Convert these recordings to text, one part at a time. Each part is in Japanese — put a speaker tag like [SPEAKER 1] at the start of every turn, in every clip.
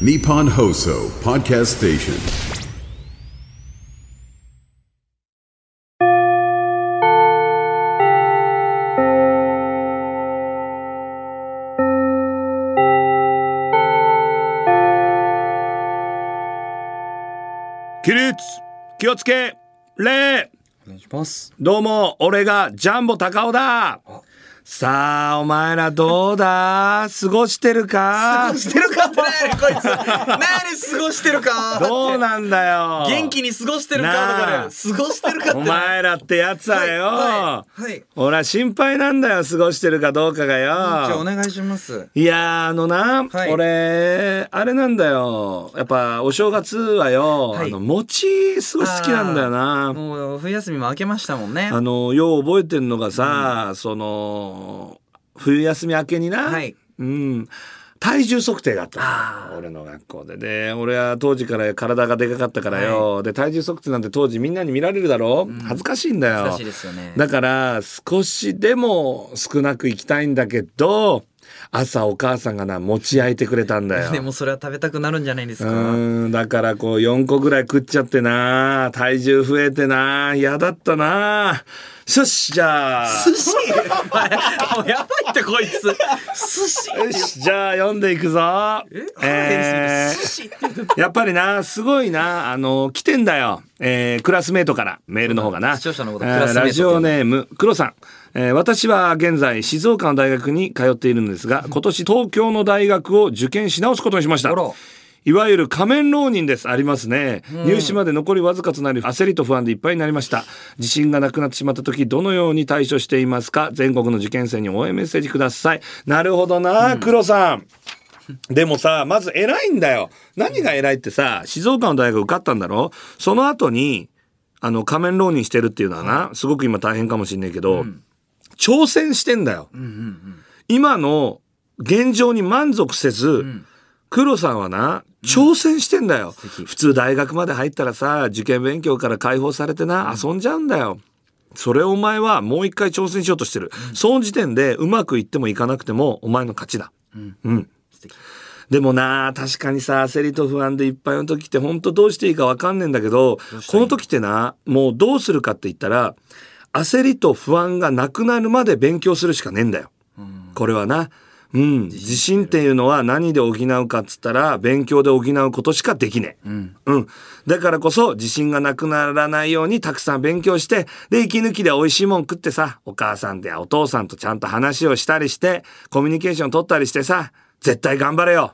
[SPEAKER 1] Nippon Hoso Podcast Station.
[SPEAKER 2] 起立気をつけ礼
[SPEAKER 3] お願いします。
[SPEAKER 2] どうも俺がジャンボ高尾ださあお前らどうだ過ごしてるか
[SPEAKER 3] してるかって何やねんこいつ。何過ごしてるか。
[SPEAKER 2] どうなんだよ
[SPEAKER 3] 元気に過ごしてるか
[SPEAKER 2] なあ
[SPEAKER 3] とかで過ごしてるかって。
[SPEAKER 2] お前らってやつはよ、
[SPEAKER 3] はいはいはい
[SPEAKER 2] 俺は心配なんだよ過ごしてるかどうかが
[SPEAKER 3] じゃあお
[SPEAKER 2] よ
[SPEAKER 3] 願いします。
[SPEAKER 2] いやーあのな、
[SPEAKER 3] はい
[SPEAKER 2] 俺あれなんだよやっぱお正月はよ、
[SPEAKER 3] はい
[SPEAKER 2] あの餅すごい好きなんだよな
[SPEAKER 3] もう冬休みも明けましたもんね。
[SPEAKER 2] あのよう覚えてんのがさ、その冬休み明けにな、
[SPEAKER 3] はい
[SPEAKER 2] うん、体重測定があったの俺の学校でで俺は当時から体がでかかったからよ、で体重測定なんて当時みんなに見られるだろ、恥ずかしいんだよ
[SPEAKER 3] 恥ずかしいですよね
[SPEAKER 2] だから少しでも少なく行きたいんだけど朝お母さんがな持ち焼いてくれたん だよ。
[SPEAKER 3] でもそれは食べたくなるんじゃないです
[SPEAKER 2] う
[SPEAKER 3] か。
[SPEAKER 2] ーんだからこう4個ぐらい食っちゃってな体重増えてな嫌だったなよしじゃあ
[SPEAKER 3] 寿司。お前もうやばいってこいつ。寿司。
[SPEAKER 2] よしじゃあ読んでいくぞえー
[SPEAKER 3] 寿司って言っ て
[SPEAKER 2] やっぱりなすごいなあの来てんだよ、えークラスメートからメールの方がな
[SPEAKER 3] 視聴者のこと
[SPEAKER 2] えー
[SPEAKER 3] クラスメート
[SPEAKER 2] ラジオネーム黒さん、えー私は現在静岡の大学に通っているんですが今年東京の大学を受験し直すことにしました
[SPEAKER 3] あら
[SPEAKER 2] いわゆる仮面浪人です。ありますね。入試まで残りわずかとなり、焦りと不安でいっぱいになりました。自信がなくなってしまった時、どのように対処していますか全国の受験生に応援メッセージください。なるほどな、黒さん。でもさ、まず偉いんだよ。何が偉いってさ、静岡の大学受かったんだろその後に、あの、仮面浪人してるっていうのはな、すごく今大変かもしんないけど、挑戦してんだよ。今の現状に満足せず、黒さんはな、挑戦してんだよ、
[SPEAKER 3] 敵
[SPEAKER 2] 普通大学まで入ったらさ、受験勉強から解放されてな、遊んじゃうんだよ。それをお前はもう一回挑戦しようとしてる。その時点でうまくいってもいかなくても、お前の勝ちだ。うん
[SPEAKER 3] 素敵
[SPEAKER 2] でもなあ確かにさ焦りと不安でいっぱいの時って本当どうしていいか分かんねえんだけどこの時ってなもうどうするかって言ったら焦りと不安がなくなるまで勉強するしかねえんだよ。これはな。うん、自信っていうのは何で補うかっつったら勉強で補うことしかできねえ、うんだからこそ自信がなくならないようにたくさん勉強してで息抜きで美味しいもん食ってさお母さんやお父さんとちゃんと話をしたりしてコミュニケーション取ったりしてさ絶対頑張れよ、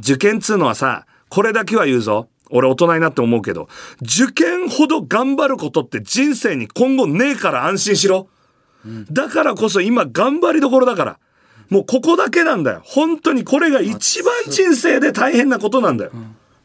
[SPEAKER 2] 受験っつうのはさこれだけは言うぞ俺大人になって思うけど受験ほど頑張ることって人生に今後ねえから安心しろ、だからこそ今頑張りどころだから。もうここだけなんだよ。本当にこれが一番人生で大変なことなんだよ。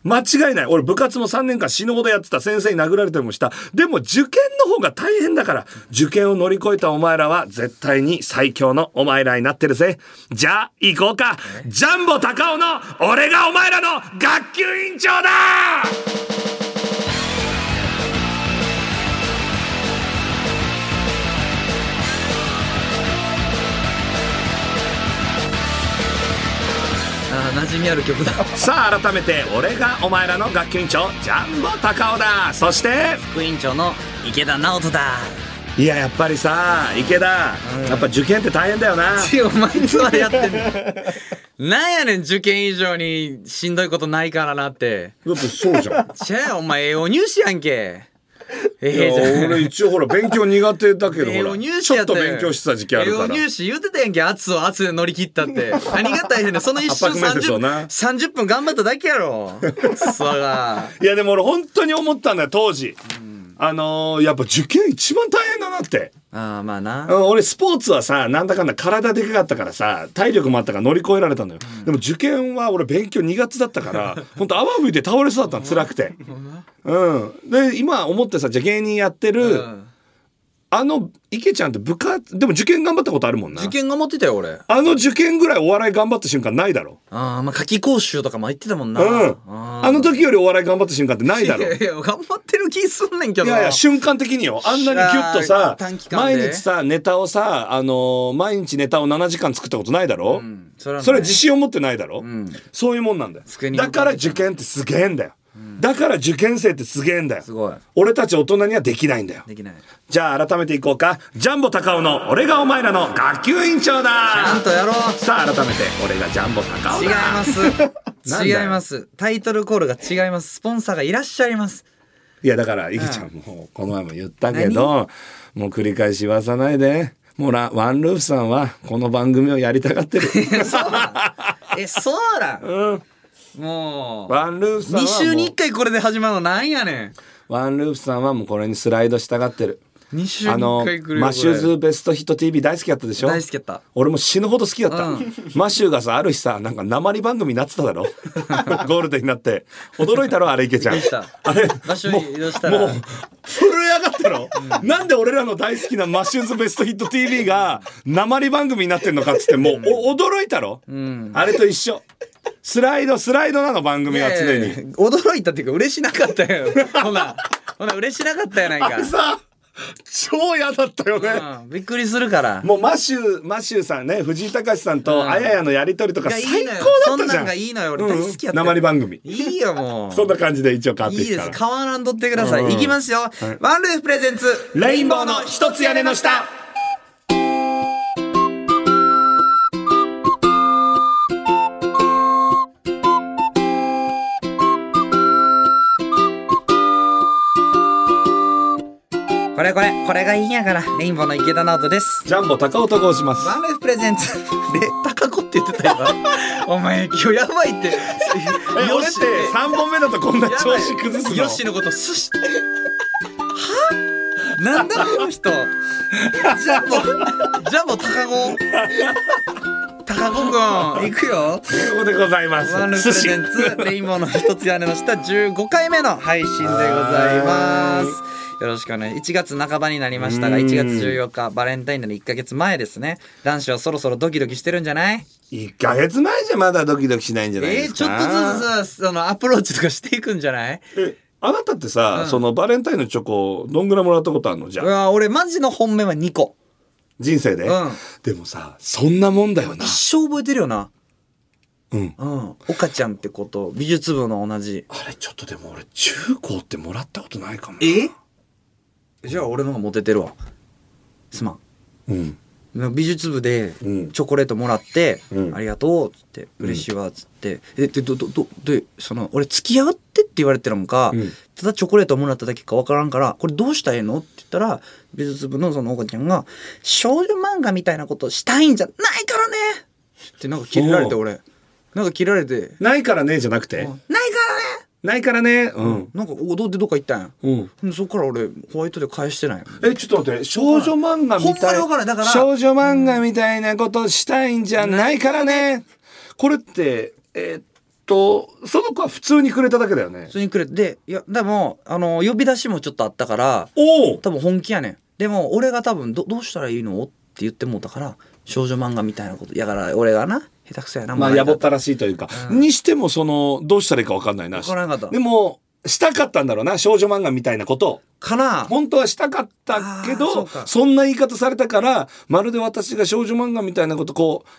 [SPEAKER 2] 間違いない。俺部活も3年間死ぬほどやってた。先生に殴られてもした。でも受験の方が大変だから、受験を乗り越えたお前らは絶対に最強のお前らになってるぜ。じゃあ行こうか。ジャンボ高尾の俺がお前らの学級委員長だ
[SPEAKER 3] あー馴染みある曲だ。
[SPEAKER 2] さあ改めて俺がお前らの学級委員長、ジャンボ高尾だ。そして、
[SPEAKER 3] 副委員長の池田直人だ。
[SPEAKER 2] いややっぱりさ池田、やっぱ受験って大変だよな
[SPEAKER 3] ってお前いつまでやってんのなんやねん受験以上にしんどいことないからなって
[SPEAKER 2] ってそうじゃん
[SPEAKER 3] じゃあお前栄養入試やん
[SPEAKER 2] い
[SPEAKER 3] けええ
[SPEAKER 2] や
[SPEAKER 3] じゃん
[SPEAKER 2] 俺一応ほら勉強苦手だけどほ
[SPEAKER 3] 栄養
[SPEAKER 2] ら
[SPEAKER 3] 入
[SPEAKER 2] ち
[SPEAKER 3] 試
[SPEAKER 2] ょ
[SPEAKER 3] や
[SPEAKER 2] っ
[SPEAKER 3] った
[SPEAKER 2] と
[SPEAKER 3] よ
[SPEAKER 2] 勉強してた時期あるか
[SPEAKER 3] 栄
[SPEAKER 2] ら
[SPEAKER 3] 養入試言ってたやんけ圧を圧で乗り切ったって 何が大変だよその一瞬
[SPEAKER 2] 圧迫面接をな
[SPEAKER 3] 30, 30分頑張っただけやろそら
[SPEAKER 2] いやでも俺本当に思ったんだよ当時、あのーやっぱ受験一番大変だなって、
[SPEAKER 3] ああまあ
[SPEAKER 2] う
[SPEAKER 3] なん
[SPEAKER 2] 俺スポーツはさなんだかんだ体でかかったからさ体力もあったから乗り越えられたのよ、でも受験は俺勉強苦手だった から本当泡吹いて倒れそうだったの辛くてうんで今思ってさじゃあ芸人やってる、
[SPEAKER 3] うん
[SPEAKER 2] あの池ちゃんって部活でも受験頑張ったことあるもんな
[SPEAKER 3] 受験頑張ってたよ俺あ
[SPEAKER 2] あの受験ぐらいお笑い頑張った瞬間ないだろ
[SPEAKER 3] あまあ夏季講習とかも言ってたもんな、
[SPEAKER 2] うん
[SPEAKER 3] あ
[SPEAKER 2] あの時よりお笑い頑張った瞬間ってないだろ
[SPEAKER 3] いやいや頑張ってる気すんねんけど
[SPEAKER 2] いやいや瞬間的によあんなにギュッとさ
[SPEAKER 3] 短期間で
[SPEAKER 2] 毎日さネタをさあのー毎日ネタを7時間作ったことないだろ、
[SPEAKER 3] うんそれはない
[SPEAKER 2] それ自信を持ってないだろ、
[SPEAKER 3] ん
[SPEAKER 2] そういうもんなんだよ
[SPEAKER 3] 机に向か
[SPEAKER 2] だ
[SPEAKER 3] って
[SPEAKER 2] から受験ってすげえんだよ、だから受験生ってすげえんだよ
[SPEAKER 3] すごい
[SPEAKER 2] 俺たち大人にはできないんだよ
[SPEAKER 3] できない
[SPEAKER 2] じゃあ改めていこうかジャンボ高尾の「俺がお前らの学級委員長
[SPEAKER 3] ちゃ
[SPEAKER 2] だ
[SPEAKER 3] んとやろう」
[SPEAKER 2] さあ改めて俺がジャンボ高尾だ
[SPEAKER 3] 違います
[SPEAKER 2] なんだよ
[SPEAKER 3] 違いますタイトルコールが違いますスポンサーがいらっしゃいます
[SPEAKER 2] いやだからいきちゃんもこの前も言ったけどもう繰り返し言わさないでもうラワンルーフさんはこの番組をやりたがってる
[SPEAKER 3] そうなんえそうなん、もう
[SPEAKER 2] ワンルーフさんは
[SPEAKER 3] 2週に
[SPEAKER 2] も
[SPEAKER 3] 1回これで始まるのなんやね
[SPEAKER 2] うワンルーフさんはもうこれにスライドしたがってる
[SPEAKER 3] ん2週に
[SPEAKER 2] あ
[SPEAKER 3] 1
[SPEAKER 2] の
[SPEAKER 3] 回来るよ
[SPEAKER 2] マシュー
[SPEAKER 3] こ
[SPEAKER 2] ズベストヒット TV 大好きだったでしょ
[SPEAKER 3] 大好きやった
[SPEAKER 2] 俺も死ぬほど好きだった、
[SPEAKER 3] うん
[SPEAKER 2] マシューがさある日さなんか鉛番組になってた だろゴールデンになって驚いたろあれ池ちゃん
[SPEAKER 3] びっくりした
[SPEAKER 2] あれ
[SPEAKER 3] 場所移動したら
[SPEAKER 2] もうもう震え上がったろ、なんで俺らの大好きなマシューズベストヒット TV が鉛番組になってんのかっつってもうお驚いたろ、あれと一緒スライドスライドなの番組
[SPEAKER 3] れ
[SPEAKER 2] は常
[SPEAKER 3] い
[SPEAKER 2] に、
[SPEAKER 3] やいや驚いたっていうか嬉しなかったよほなほな嬉しなかったやない
[SPEAKER 2] あれさ超嫌だったよね、
[SPEAKER 3] か、うん、びっくりするから
[SPEAKER 2] もうマシュー、マシューさんね、藤井隆さん
[SPEAKER 3] う
[SPEAKER 2] と
[SPEAKER 3] ん
[SPEAKER 2] あややのやりとりとか
[SPEAKER 3] いやい
[SPEAKER 2] 最
[SPEAKER 3] い
[SPEAKER 2] 高
[SPEAKER 3] の
[SPEAKER 2] だった
[SPEAKER 3] よ
[SPEAKER 2] じ
[SPEAKER 3] そんな
[SPEAKER 2] ゃん。
[SPEAKER 3] んがいいのよ俺大好きやったよ
[SPEAKER 2] 鉛番組。
[SPEAKER 3] いいよもう
[SPEAKER 2] そんな感じで一応変わっ
[SPEAKER 3] い
[SPEAKER 2] てい
[SPEAKER 3] い
[SPEAKER 2] く
[SPEAKER 3] で
[SPEAKER 2] か
[SPEAKER 3] す
[SPEAKER 2] ら。
[SPEAKER 3] 買わらんとってください、
[SPEAKER 2] うん
[SPEAKER 3] いきますよ、ワンルーフプレゼンツ
[SPEAKER 2] レインボーの一つ屋根の下。
[SPEAKER 3] これこれこれがいいんやからレインボーの池田直人です
[SPEAKER 2] ジャンボ高尾と申します。
[SPEAKER 3] ワンルーフプレゼンツ レ高子って言ってたよ お前今日やばいって
[SPEAKER 2] え俺って三本目だとこんな
[SPEAKER 3] やばい
[SPEAKER 2] 調子崩すの。
[SPEAKER 3] ヨッシーのことすしはなんだこの人ジャンボジャンボ高子高子くんいくよ
[SPEAKER 2] ということでございま
[SPEAKER 3] ワンルー
[SPEAKER 2] す。
[SPEAKER 3] プ
[SPEAKER 2] 寿
[SPEAKER 3] プレゼ
[SPEAKER 2] 司
[SPEAKER 3] ン。ツレインボーの一つ屋根の下15回目の配信でございます。よろしくお願い1月半ばになりましたが
[SPEAKER 2] うん
[SPEAKER 3] 1月14日バレンタインの1ヶ月前ですね男子はそろそろドキドキしてるんじゃない
[SPEAKER 2] 一ヶ月前じゃまだドキドキしないんじゃないで
[SPEAKER 3] え
[SPEAKER 2] す
[SPEAKER 3] ー、ちょ
[SPEAKER 2] か。
[SPEAKER 3] っとずつそのアプローチとかしていくんじゃない
[SPEAKER 2] えあなたってさ、
[SPEAKER 3] うん
[SPEAKER 2] そのバレンタインのチョコどんぐらいもらったことあるのじゃ
[SPEAKER 3] う
[SPEAKER 2] あ
[SPEAKER 3] わ俺マジの本命は2個
[SPEAKER 2] 人生で、
[SPEAKER 3] うん
[SPEAKER 2] でもさそんなもんだよな
[SPEAKER 3] 一生覚えてるよな
[SPEAKER 2] うん
[SPEAKER 3] うん岡ちゃんってこと美術部の同じ
[SPEAKER 2] あれちょっとでも俺中高ってもらったことないかも
[SPEAKER 3] えじゃあ俺の方がモテてるわすまん
[SPEAKER 2] うん
[SPEAKER 3] 美術部でチ
[SPEAKER 2] うん
[SPEAKER 3] ョコレートもらって「
[SPEAKER 2] うん
[SPEAKER 3] ありがとう」っつって「嬉しいわ」っつって「えでどどどでその俺付き合って」って言われてるのか、
[SPEAKER 2] うん
[SPEAKER 3] ただチョコレートもらっただけか分からんから「これどうしたらええの?」って言ったら美術部のそのおちゃんが「少女漫画みたいなことしたいんじゃないからね!」ってなんか切れられて
[SPEAKER 2] おう
[SPEAKER 3] 俺なんか切れられて
[SPEAKER 2] ないからねじゃなく
[SPEAKER 3] 「な
[SPEAKER 2] て
[SPEAKER 3] いからね!」
[SPEAKER 2] ないからねうん
[SPEAKER 3] なんか踊ってどっか行ったんや、
[SPEAKER 2] うん
[SPEAKER 3] ん、そっから俺ホワイトで返してない
[SPEAKER 2] えちょっと待って少女漫画み
[SPEAKER 3] ほんま
[SPEAKER 2] たい
[SPEAKER 3] にわからんだから
[SPEAKER 2] 少女漫画みたいなことしたいんじゃないからねこれってえーっとその子は普通にくれただけだよね
[SPEAKER 3] 普通にくれてでいやでもあの呼び出しもちょっとあったから
[SPEAKER 2] おお
[SPEAKER 3] 多分本気やねんでも俺が多分どどうしたらいいのって言ってもうたから少女漫画みたいなことやから俺がな下手くそやな
[SPEAKER 2] まあ
[SPEAKER 3] もう
[SPEAKER 2] やぼったらしいというか、にしてもそのどうしたらいいかわかんないな
[SPEAKER 3] わからなかった
[SPEAKER 2] でもしたかったんだろうな少女漫画みたいなことを
[SPEAKER 3] かな
[SPEAKER 2] 本当はしたかったけ
[SPEAKER 3] あーそ
[SPEAKER 2] ど
[SPEAKER 3] う
[SPEAKER 2] そ
[SPEAKER 3] か
[SPEAKER 2] んな言い方されたからまるで私が少女漫画みたいなことこう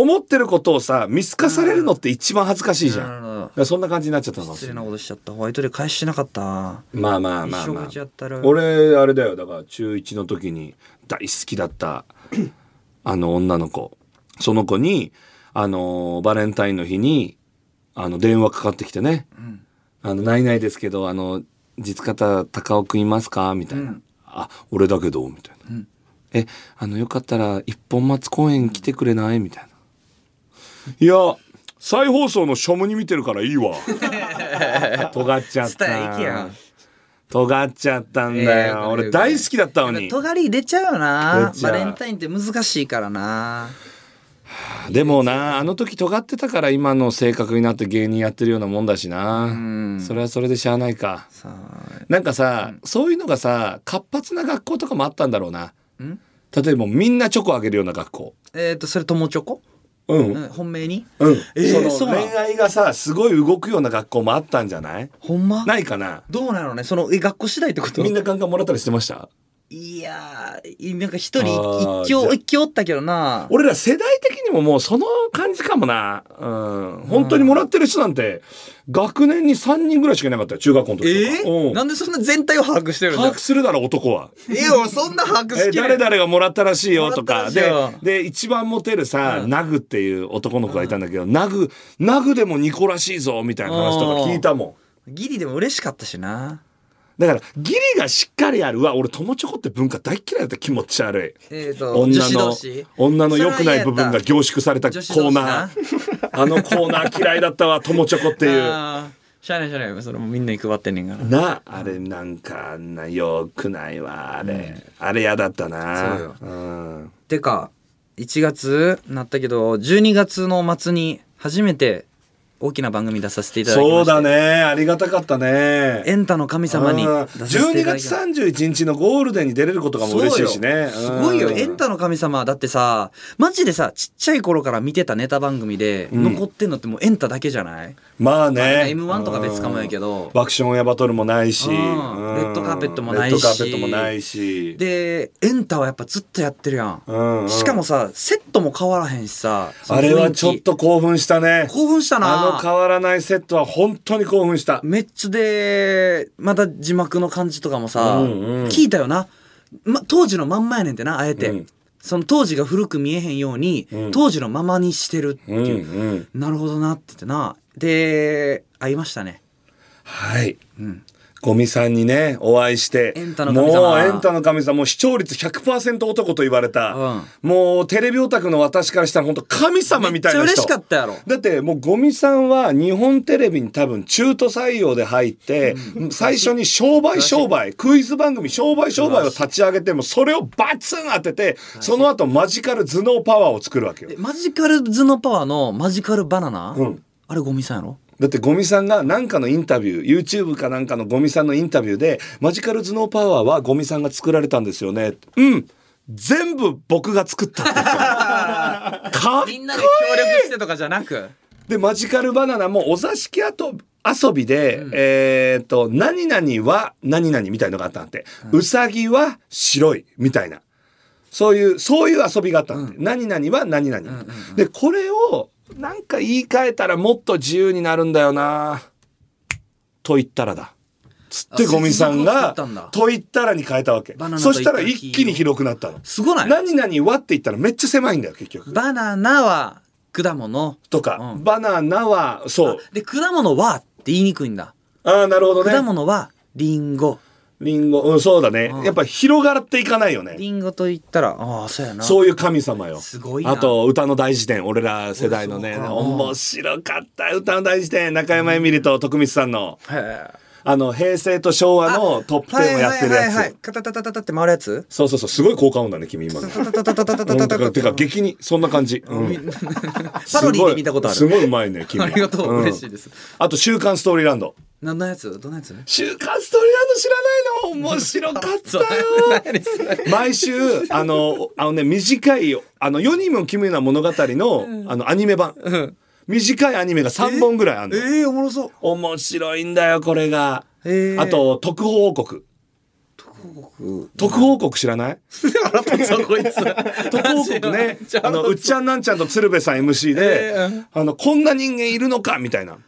[SPEAKER 2] 思ってることをさ見透かされるのって一番恥ずかしいじゃん
[SPEAKER 3] なるほど
[SPEAKER 2] だからそんな感じになっちゃったのかもし
[SPEAKER 3] 失
[SPEAKER 2] れ
[SPEAKER 3] 礼
[SPEAKER 2] ない
[SPEAKER 3] なことしちゃったホワイトで返してなかった
[SPEAKER 2] まあまあまあ、
[SPEAKER 3] 一
[SPEAKER 2] ま
[SPEAKER 3] 生
[SPEAKER 2] あ
[SPEAKER 3] 口やったら、
[SPEAKER 2] 俺あれだよだから中1の時に大好きだった あの女の子その子にあのバレンタインの日にあの電話かかってきてね
[SPEAKER 3] うん
[SPEAKER 2] あの、ないないですけど、あの、実方、高尾くんいますかみたいな。
[SPEAKER 3] うん
[SPEAKER 2] あ、俺だけど、みたいな。
[SPEAKER 3] うん
[SPEAKER 2] え、あの、よかったら、一本松公園来てくれないみたいな。いや、再放送の書無に見てるからいい わ。尖っちゃっ
[SPEAKER 3] スタイル行けや
[SPEAKER 2] た。尖っちゃったんだよ。
[SPEAKER 3] ええ
[SPEAKER 2] 俺大好きだったの
[SPEAKER 3] やっぱ
[SPEAKER 2] に。
[SPEAKER 3] 尖り出ちゃうよな
[SPEAKER 2] 出ちゃ
[SPEAKER 3] バ
[SPEAKER 2] う
[SPEAKER 3] レンタインって難しいからな
[SPEAKER 2] でもなあの時尖ってたから今の性格になって芸人やってるようなもんだしな、
[SPEAKER 3] ん
[SPEAKER 2] それはそれでしゃあないか
[SPEAKER 3] さあ
[SPEAKER 2] なんかさ、そういうのがさ活発な学校とかもあったんだろうなん例えばみんなチョコあげるような学校
[SPEAKER 3] えっ、とそれ友チョコ、
[SPEAKER 2] うん
[SPEAKER 3] うん、本命に
[SPEAKER 2] うん、
[SPEAKER 3] えー
[SPEAKER 2] そ
[SPEAKER 3] そう
[SPEAKER 2] の
[SPEAKER 3] なの
[SPEAKER 2] 恋愛がさすごい動くような学校もあったんじゃない
[SPEAKER 3] ほんま
[SPEAKER 2] ないかな
[SPEAKER 3] どうなのねそのえ学校次第ってこと
[SPEAKER 2] みんなガンガンもらったりしてました
[SPEAKER 3] いやーいなんか一人
[SPEAKER 2] あー
[SPEAKER 3] 一
[SPEAKER 2] じゃあ
[SPEAKER 3] 強一強おったけどな
[SPEAKER 2] 俺ら世代的にももうその感じかもなうん本当にもらってる人なんて学年に3人ぐらいしかいなかったよ中学校の時とか、うん
[SPEAKER 3] なんでそんな全体を把握してるんだ
[SPEAKER 2] 把握するだろ男は。
[SPEAKER 3] いや俺そんな把握
[SPEAKER 2] え
[SPEAKER 3] し
[SPEAKER 2] ー
[SPEAKER 3] き
[SPEAKER 2] 誰
[SPEAKER 3] れ
[SPEAKER 2] 々がもらったらしいよと
[SPEAKER 3] も
[SPEAKER 2] か
[SPEAKER 3] らった
[SPEAKER 2] で
[SPEAKER 3] らしいよ
[SPEAKER 2] で一番モテるさ、ナグっていう男の子がいたんだけど、ナグナグでも2個らしいぞみたいな話とか聞いたも
[SPEAKER 3] ギリでも嬉しかったしなん
[SPEAKER 2] だから義理がしっかりあるわ俺友チョコって文化大嫌いだった気持ち悪い
[SPEAKER 3] えー、と
[SPEAKER 2] 女
[SPEAKER 3] 女子同
[SPEAKER 2] の
[SPEAKER 3] 士
[SPEAKER 2] 女の良くない部分が凝縮されたコ
[SPEAKER 3] 女子
[SPEAKER 2] ー
[SPEAKER 3] 同士
[SPEAKER 2] ナ
[SPEAKER 3] な
[SPEAKER 2] ーあのコーナー嫌いだったわ友チョコっていうな
[SPEAKER 3] あーしゃあないしゃあないそれもみんなに配ってんねんから
[SPEAKER 2] ああれなんかあんな良くないわあれ、あれ嫌だったな
[SPEAKER 3] そうよ
[SPEAKER 2] うん
[SPEAKER 3] てか1月なったけど12月の末に初めて大きな番組出させていただきました
[SPEAKER 2] そうだねありがたかったね
[SPEAKER 3] エンタの神様に出
[SPEAKER 2] うん
[SPEAKER 3] させてい
[SPEAKER 2] 12
[SPEAKER 3] ただき
[SPEAKER 2] 月
[SPEAKER 3] ました
[SPEAKER 2] 31日のゴールデンに出れることがもう嬉しいしね
[SPEAKER 3] そうよすごいよ
[SPEAKER 2] うん
[SPEAKER 3] エンタの神様だってさマジでさちっちゃい頃から見てたネタ番組で残ってんのってもうエンタだけじゃな
[SPEAKER 2] まあ
[SPEAKER 3] い、まあ
[SPEAKER 2] ね
[SPEAKER 3] m 1とか別かもやけど
[SPEAKER 2] 爆笑オンエアバトルもないし、
[SPEAKER 3] うん
[SPEAKER 2] うん
[SPEAKER 3] レッドカーペットもないし
[SPEAKER 2] レッドカーペットもないし
[SPEAKER 3] でエンタはやっぱずっとやってるやん、
[SPEAKER 2] うんうん
[SPEAKER 3] しかもさセットも変わらへんしさその
[SPEAKER 2] あ
[SPEAKER 3] 雰囲気
[SPEAKER 2] れはちょっと興奮したね
[SPEAKER 3] 興奮したな
[SPEAKER 2] あの変わらないセットは本当に興奮した
[SPEAKER 3] めっちゃでまた字幕の感じとかもさ、
[SPEAKER 2] うんうん
[SPEAKER 3] 聞いたよな、ま、当時のまんまやねんってなあえて、
[SPEAKER 2] うん
[SPEAKER 3] その当時が古く見えへんように、
[SPEAKER 2] うん
[SPEAKER 3] 当時のままにしてるって
[SPEAKER 2] うん
[SPEAKER 3] いう、
[SPEAKER 2] うん
[SPEAKER 3] なるほどなって言ってなで会いましたね
[SPEAKER 2] はい
[SPEAKER 3] うん
[SPEAKER 2] ゴミさんにねお会いして
[SPEAKER 3] エンタの神様
[SPEAKER 2] もうエンタの神様もう視聴率100%男と言われた、
[SPEAKER 3] うん
[SPEAKER 2] もうテレビオタクの私からしたら本当神様みたいな人
[SPEAKER 3] めっちゃ嬉しかったやろ
[SPEAKER 2] だってもうゴミさんは日本テレビに多分中途採用で入って、最初に商売商売クイズ番組商売商売を立ち上げてもそれをバツン当ててその後マジカル頭脳パワーを作るわけよ
[SPEAKER 3] でマジカル頭脳パワーのマジカルバナナ、
[SPEAKER 2] うん
[SPEAKER 3] あれゴミさんやろ
[SPEAKER 2] だってゴミさんが何かのインタビュー YouTube かなんかのゴミさんのインタビューで「マジカル頭脳パワーはゴミさんが作られたんですよね」うん全部僕が作ったって言ったかっ
[SPEAKER 3] みんなで協力してとかじゃなく
[SPEAKER 2] でマジカルバナナもお座敷あと遊びで、えっ、と何々は何々みたいのがあったんで、うさぎは白いみたいなそういうそういう遊びがあったんで、何々は何々、でこれをなんか言い換えたらもっと自由になるんだよなと言ったらだつって
[SPEAKER 3] あ
[SPEAKER 2] ゴミさん
[SPEAKER 3] 切なくな
[SPEAKER 2] が
[SPEAKER 3] ったんだ
[SPEAKER 2] と言ったらに変えたわけ
[SPEAKER 3] バナナ
[SPEAKER 2] そ
[SPEAKER 3] と
[SPEAKER 2] したら
[SPEAKER 3] 言ったら黄色
[SPEAKER 2] 一気に広くなったの
[SPEAKER 3] すごない
[SPEAKER 2] 何々はって言ったらめっちゃ狭いんだよ結局
[SPEAKER 3] バナナは果物
[SPEAKER 2] とか、
[SPEAKER 3] うん
[SPEAKER 2] バナナはそう
[SPEAKER 3] で果物はって言いにくいんだ
[SPEAKER 2] ああ、なるほど
[SPEAKER 3] 果
[SPEAKER 2] ね。
[SPEAKER 3] 物はリンゴ
[SPEAKER 2] リンゴ、うん、そうだね。
[SPEAKER 3] うん
[SPEAKER 2] やっぱ広がっていかないよね。
[SPEAKER 3] リンゴと言ったらああそうやな
[SPEAKER 2] そういう神様よ。
[SPEAKER 3] すごいな
[SPEAKER 2] あと、歌の大辞典、俺ら世代のね、
[SPEAKER 3] 俺そうか
[SPEAKER 2] 面白かった、歌の大辞典、中山エミリと徳光さんの、
[SPEAKER 3] へえ
[SPEAKER 2] あの、平成と昭和のトップ10をやってる
[SPEAKER 3] はいはいはいは
[SPEAKER 2] や
[SPEAKER 3] い
[SPEAKER 2] つ。
[SPEAKER 3] カタタタタタって回るやつ
[SPEAKER 2] そうそうそう、すごい効果音だね、君今の。
[SPEAKER 3] タタタタタタ
[SPEAKER 2] う
[SPEAKER 3] タ
[SPEAKER 2] ん
[SPEAKER 3] タ
[SPEAKER 2] て
[SPEAKER 3] タ
[SPEAKER 2] か、
[SPEAKER 3] タ
[SPEAKER 2] てか、激に、そんな感じ。うん
[SPEAKER 3] パロディで見たことあ
[SPEAKER 2] す
[SPEAKER 3] る
[SPEAKER 2] ごいすごいうまいね、君は。
[SPEAKER 3] ありがとうん嬉しいです。
[SPEAKER 2] あと、週刊ストーリーランド。
[SPEAKER 3] 何のやつどんなやつ
[SPEAKER 2] 週刊ストーリーランド知らないの面白かったよ毎週あのあのね短いあの世にも奇妙な物語のあのアニメ版、短いアニメが3本ぐらいあるの、
[SPEAKER 3] ええおもろそう
[SPEAKER 2] 面白いんだよこれが、
[SPEAKER 3] えー
[SPEAKER 2] あと特報王国
[SPEAKER 3] 僕
[SPEAKER 2] 特報王国知らない
[SPEAKER 3] 腹立つわこいつ
[SPEAKER 2] 特報王 国ねあのうっちゃんなんちゃんと鶴瓶さん MC で、
[SPEAKER 3] えー
[SPEAKER 2] あのこんな人間いるのかみたいな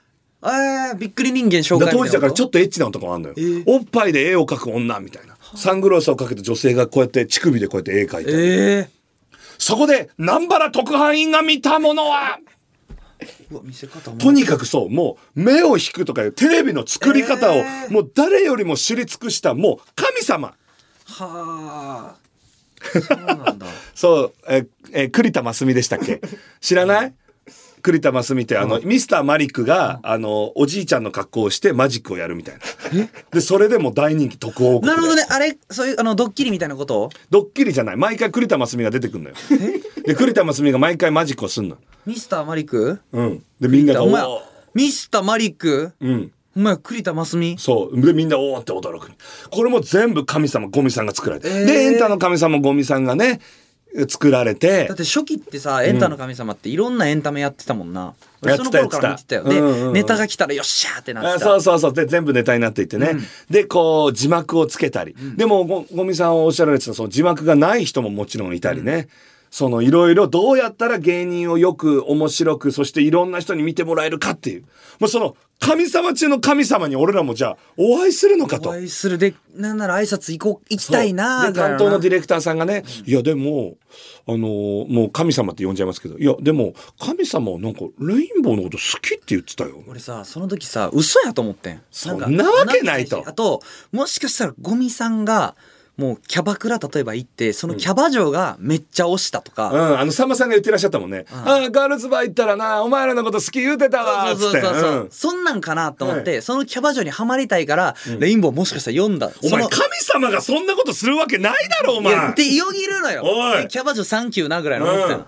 [SPEAKER 3] えーびっくり人間紹介みたいなこと
[SPEAKER 2] 当時だからちょっとエッチな男もあんのよ、
[SPEAKER 3] ー
[SPEAKER 2] おっぱいで絵を描く女みたいなサングラスをかけた女性がこうやって乳首でこうやって絵描いてる、
[SPEAKER 3] ええ
[SPEAKER 2] そこで南原特派員が見たものは
[SPEAKER 3] うわ見せ方も
[SPEAKER 2] とにかくそうもう目を引くとかいうテレビの作り方を、
[SPEAKER 3] えー
[SPEAKER 2] もう誰よりも知り尽くしたもう神様
[SPEAKER 3] はあそうなんだ
[SPEAKER 2] そうええ栗田真澄でしたっ け知らない栗田真澄ってあの、ミスターマリックが、あのおじいちゃんの格好をしてマジックをやるみたいなでそれでもう大人気特報王国で
[SPEAKER 3] なるほどねあれそういうあのドッキリみたいなこと
[SPEAKER 2] ドッキリじゃない毎回栗田真澄が出てくんのよで栗田真澄が毎回マジックをすんの
[SPEAKER 3] ミスターマリク
[SPEAKER 2] うん。で、みんなが、
[SPEAKER 3] お前
[SPEAKER 2] おー
[SPEAKER 3] ミスターマリク
[SPEAKER 2] うん。
[SPEAKER 3] お前栗田真澄
[SPEAKER 2] そう。で、みんな、おーって驚く。これも全部神様、ゴミさんが作られて。
[SPEAKER 3] えー
[SPEAKER 2] で、エンタの神様、ゴミさんがね、作られて
[SPEAKER 3] だっ。て初期ってさエンタの神様っていろんなエンタメやってたもんな、
[SPEAKER 2] やって
[SPEAKER 3] その
[SPEAKER 2] た
[SPEAKER 3] 頃から見てたよ
[SPEAKER 2] やって
[SPEAKER 3] で、
[SPEAKER 2] たうんうんうん
[SPEAKER 3] ネタが来たらよっしゃーってな
[SPEAKER 2] あ
[SPEAKER 3] ってた
[SPEAKER 2] そうそうそうで全部ネタになっていってね、でこう字幕をつけたり、でもごごみさんおっしゃられてたその字幕がない人ももちろんいたりね、そのいろいろどうやったら芸人をよく面白くそしていろんな人に見てもらえるかっていうもうその神様中の神様に俺らもじゃあお会いするのかと
[SPEAKER 3] お。会いするでなんなら挨拶行こう行きたいな
[SPEAKER 2] そ
[SPEAKER 3] ー
[SPEAKER 2] うで
[SPEAKER 3] ぐらい
[SPEAKER 2] 担
[SPEAKER 3] な
[SPEAKER 2] 当のディレクターさんがね、いやでも、あのーもう神様って呼んじゃいますけど、いやでも、神様はなんかレインボーのこと好きって言ってたよ。
[SPEAKER 3] 俺さその時さ嘘やと思ってん
[SPEAKER 2] そん
[SPEAKER 3] か
[SPEAKER 2] なわけないと
[SPEAKER 3] んかあともしかしたらゴミさんがもうキャバクラ例えば行ってそのキャバ嬢がめっちゃ押したとか、
[SPEAKER 2] うん、あの、さんまさんが言ってらっしゃったもんね。ああ、ガールズバー行ったらな、お前らのこと好き言うてたわー、つ
[SPEAKER 3] そ
[SPEAKER 2] って。
[SPEAKER 3] うそうそうそう、
[SPEAKER 2] うん
[SPEAKER 3] そんなんかなと思って、そのキャバ嬢にはまりたいから、レインボーもしかしたら読んだ
[SPEAKER 2] お
[SPEAKER 3] そ
[SPEAKER 2] 前、
[SPEAKER 3] の
[SPEAKER 2] 神様がそんなことするわけないだろ、お
[SPEAKER 3] いや
[SPEAKER 2] 前
[SPEAKER 3] っ。てよぎるのよ
[SPEAKER 2] おい
[SPEAKER 3] でキャバ嬢サンキューなぐらいの思ってたの、
[SPEAKER 2] うん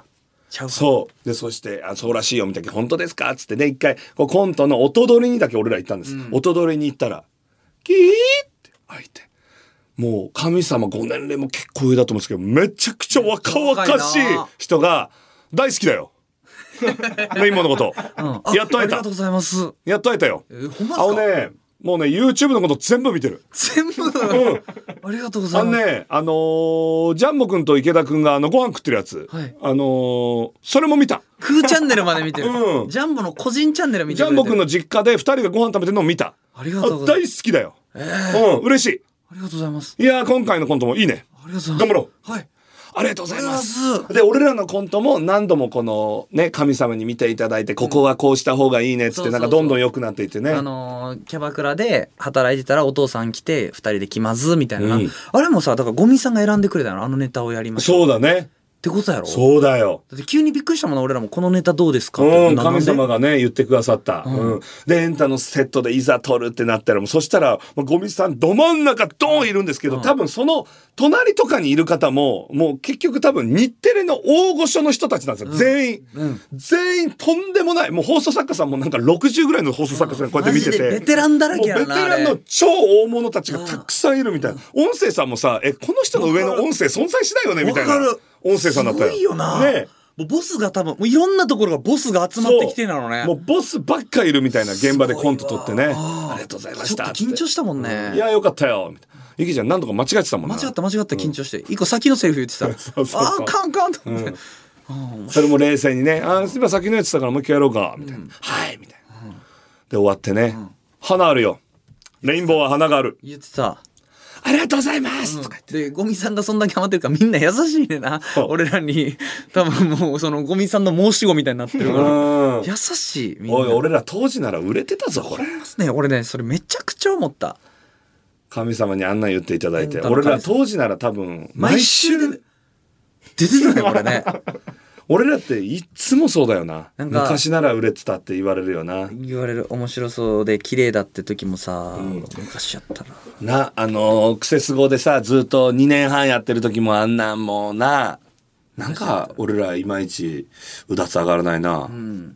[SPEAKER 3] ちゃうか
[SPEAKER 2] そう。で、そして、あ、そうらしいよ、みたいな、本当ですかつってね、一回、こうコントの音取りにだけ俺ら行ったんです。音取りに行ったら、キーって開いて。もう、神様ご年齢も結構上だと思うんですけど、めちゃくちゃ若々しい人が、大好きだ よ。レインボーのこと
[SPEAKER 3] うん。あ
[SPEAKER 2] やっと会え
[SPEAKER 3] ありが
[SPEAKER 2] た
[SPEAKER 3] とう。ございます
[SPEAKER 2] やっと会えたよ。
[SPEAKER 3] えーほんまっすか
[SPEAKER 2] あのね、もうね、YouTube のこと全部見てる。
[SPEAKER 3] 全部、ありがとうござ
[SPEAKER 2] あ
[SPEAKER 3] い
[SPEAKER 2] の
[SPEAKER 3] ます、
[SPEAKER 2] ね、あのージャンボくんと池田くんがあのご飯食ってるやつ。
[SPEAKER 3] はい
[SPEAKER 2] あのーそれも見た。
[SPEAKER 3] クーチャンネルまで見てる、
[SPEAKER 2] うん
[SPEAKER 3] ジャンボの個人チャンネル見て
[SPEAKER 2] ジ
[SPEAKER 3] く
[SPEAKER 2] ャ
[SPEAKER 3] れて
[SPEAKER 2] ン
[SPEAKER 3] る
[SPEAKER 2] ボくんの実家で二人がご飯食べてるのを見た。
[SPEAKER 3] ありがとうござ
[SPEAKER 2] 大
[SPEAKER 3] いま
[SPEAKER 2] 好きだよ。うん、嬉し
[SPEAKER 3] ありがとうございます
[SPEAKER 2] い。いやー今回のコントもいいね。
[SPEAKER 3] ありがとうございます
[SPEAKER 2] 頑張ろう。
[SPEAKER 3] はい
[SPEAKER 2] ありがとうございます。
[SPEAKER 3] ありがとうございます
[SPEAKER 2] で、俺らのコントも何度もこのね、神様に見ていただいて、ここはこうした方がいいねっつっ
[SPEAKER 3] う
[SPEAKER 2] て、
[SPEAKER 3] ん
[SPEAKER 2] なんかどんどん良くなっていってね。
[SPEAKER 3] あのーキャバクラで働いてたらお父さん来て二人で来ますみたいな、
[SPEAKER 2] うん
[SPEAKER 3] あれもさだからゴミさんが選んでくれたのあのネタをやりましょうっ
[SPEAKER 2] そうだね。
[SPEAKER 3] てことやろだ
[SPEAKER 2] そうだよ。
[SPEAKER 3] って急にびっくりしたもんな俺らもこのネタどうですかって、
[SPEAKER 2] うん、
[SPEAKER 3] ななん
[SPEAKER 2] 神
[SPEAKER 3] で
[SPEAKER 2] 様がね言ってくださった、うんでエンタのセットでいざ撮るってなったらもうそしたらもうゴミさんど真ん中ドーンいるんですけど、多分その隣とかにいる方ももう結局多分日テレの大御所の人たちなんですよ、全員、
[SPEAKER 3] うん
[SPEAKER 2] 全員とんでもないもう放送作家さんもなんか60ぐらいの放送作家さんがこうやって見てて、
[SPEAKER 3] マジでベテランだらけやな
[SPEAKER 2] もうベテラン
[SPEAKER 3] あ
[SPEAKER 2] の
[SPEAKER 3] れ
[SPEAKER 2] 超大物たちがたくさんいるみたいな、音声さんもさえこの人の上の音声存在しないよねみたいな
[SPEAKER 3] わかる
[SPEAKER 2] 音声さんだったよ
[SPEAKER 3] すごいよな、
[SPEAKER 2] ねえ
[SPEAKER 3] もうボスが多分もういろんなところがボスが集まってきてんだろうね
[SPEAKER 2] もうボスばっかいるみたいな現場でコント撮ってね。
[SPEAKER 3] あー
[SPEAKER 2] ありがとうございました。
[SPEAKER 3] ちょっと緊張
[SPEAKER 2] し
[SPEAKER 3] したもんね、
[SPEAKER 2] いや、よかったよ。みたいな。ゆきちゃん、なんとか間違えてたもん
[SPEAKER 3] 間
[SPEAKER 2] な。
[SPEAKER 3] 違った間違った緊張して、一個先のセリフ言ってた
[SPEAKER 2] そうそう
[SPEAKER 3] あ
[SPEAKER 2] そう
[SPEAKER 3] あカンカンと思って、
[SPEAKER 2] それも冷静にね、あー、すいません先のやつだからもう一回やろうか。みたいな。はい、みたいな。で、終わってね。花あるよ。レインボーは花がある。
[SPEAKER 3] 言ってた
[SPEAKER 2] ありがとうございますとか言って。
[SPEAKER 3] でゴミさんがそんだけハマってるからみんな優しいねんな
[SPEAKER 2] う
[SPEAKER 3] 俺らに多分もうそのゴミさんの申し子みたいになってる
[SPEAKER 2] う
[SPEAKER 3] から
[SPEAKER 2] ん。
[SPEAKER 3] 優しいみんな
[SPEAKER 2] おい、俺ら当時なら売れてたぞ、これ。
[SPEAKER 3] ね俺ねそれめちゃくちゃ思った
[SPEAKER 2] 神様にあんなん言っていただいて。
[SPEAKER 3] エンタの
[SPEAKER 2] 俺
[SPEAKER 3] 神様
[SPEAKER 2] ら当時なら多分、
[SPEAKER 3] 毎週出て出てたねこ れね
[SPEAKER 2] 俺らっていっつもそうだよな。
[SPEAKER 3] なんか
[SPEAKER 2] 昔なら売れてたって言われるよな。
[SPEAKER 3] 言われる面白そうで綺麗だって時もさ、昔やったな
[SPEAKER 2] なあのークセス語でさずっと2年半やってる時もあんなんもうななんか俺らいまいちうだつ上がらないな、
[SPEAKER 3] うん